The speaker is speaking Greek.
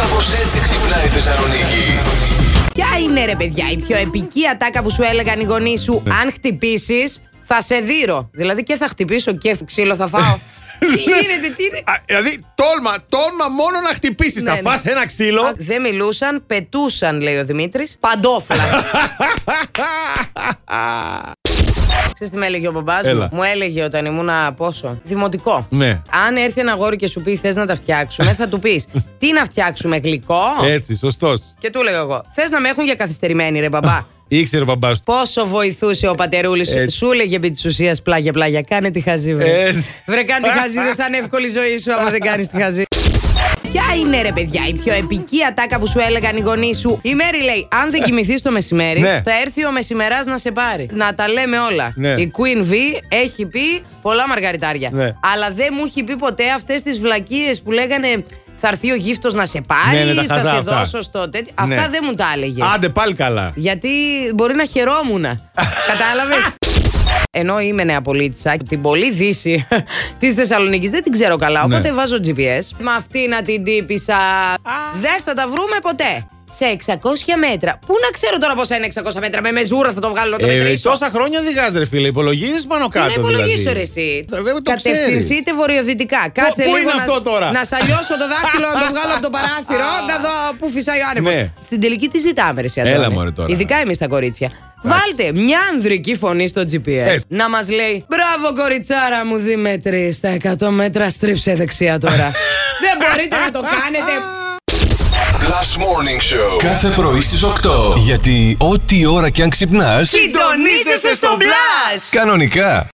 Κάπως έτσι ξυπνάει η Θεσσαλονίκη. Ποια είναι ρε παιδιά η πιο επική ατάκα που σου έλεγαν οι γονείς σου Ναι. αν χτυπήσεις. Θα σε δείρω. Δηλαδή και θα χτυπήσω και ξύλο θα φάω. τι γίνεται, τι είναι. Α, δηλαδή, τόλμα, τόλμα μόνο να χτυπήσεις. Ναι, θα ναι. φας ένα ξύλο. Α, Δεν μιλούσαν, πετούσαν, λέει ο Δημήτρης. Παντόφλα. Ξέρεις τι με έλεγε ο μπαμπάς μου. Έλα. Μου έλεγε όταν ήμουν πόσο. Δημοτικό. Ναι. Αν έρθει ένα γόρι και σου πει θες να τα φτιάξουμε, θα του πεις Τι να φτιάξουμε, γλυκό. Έτσι, σωστός. Και του λέω εγώ, θες να με έχουν για καθυστερημένη, ρε μπαμπά. Ήξερε ο μπαμπάς του. Πόσο βοηθούσε ο πατερούλης σου. Έτσι. Σου έλεγε επί της ουσίας πλάγια-πλάγια. Κάνε τη χαζή, βρε. Έτσι. Βρε, κάνε τη χαζή, δεν θα είναι εύκολη η ζωή σου άμα δεν κάνεις τη χαζή. Ποια είναι ρε παιδιά η πιο επική ατάκα που σου έλεγαν οι γονείς σου. Η Μέρη λέει: Αν δεν κοιμηθείς το μεσημέρι, Ναι. θα έρθει ο μεσημεράς να σε πάρει. Να τα λέμε όλα. Ναι. Η Queen V έχει πει πολλά μαργαριτάρια. Ναι. Αλλά δεν μου έχει πει ποτέ αυτές τις βλακίες που λέγανε Θα έρθει ο γύφτος να σε πάρει, Ναι, ναι, τα θα χαζά σε αυτά. δώσω στο τέτοιο. Ναι. Αυτά δεν μου τα έλεγε. Άντε, πάλι καλά. Γιατί μπορεί να χαιρόμουν. Κατάλαβες. Ενώ είμαι νέα πολίτησα, την πολύ δύση της Θεσσαλονίκης δεν την ξέρω καλά. Οπότε Ναι. βάζω GPS. Με αυτή να την τύπησα. Δεν θα τα βρούμε ποτέ. Σε 600 μέτρα. Πού να ξέρω τώρα πόσα είναι 600 μέτρα. Με μεζούρα θα το βγάλω να το Ε, μετρήσω. τόσα χρόνια οδηγάς, ρε φίλε. Υπολογίζεις πάνω Τι να κάτω. υπολογίσω, δηλαδή. ρε εσύ. Ρε, βέβαια, το ξέρεις. Κατευθυνθείτε βορειοδυτικά. Κάτσε πού λίγο είναι να, αυτό τώρα? Να σαλιώσω το δάχτυλο, να το βγάλω από το παράθυρο, να δω πού φυσάει ο άνεμος. Ναι. Στην τελική τι ζητάμε, ρε εσύ, Αντώνη. Έλα, μωρέ, τώρα. Ειδικά εμείς τα κορίτσια. Βάλτε μια ανδρική φωνή στο GPS Έτσι. να μας λέει Μπράβο, κοριτσάρα μου Δημήτρη. Στα 100 μέτρα στρίψε δεξιά τώρα. Δεν μπορείτε να το κάνετε. Last Morning Show. Κάθε πρωί στις 8. Γιατί ό,τι ώρα κι αν ξυπνάς, Συντονίζεσαι στο μπλα! κανονικά.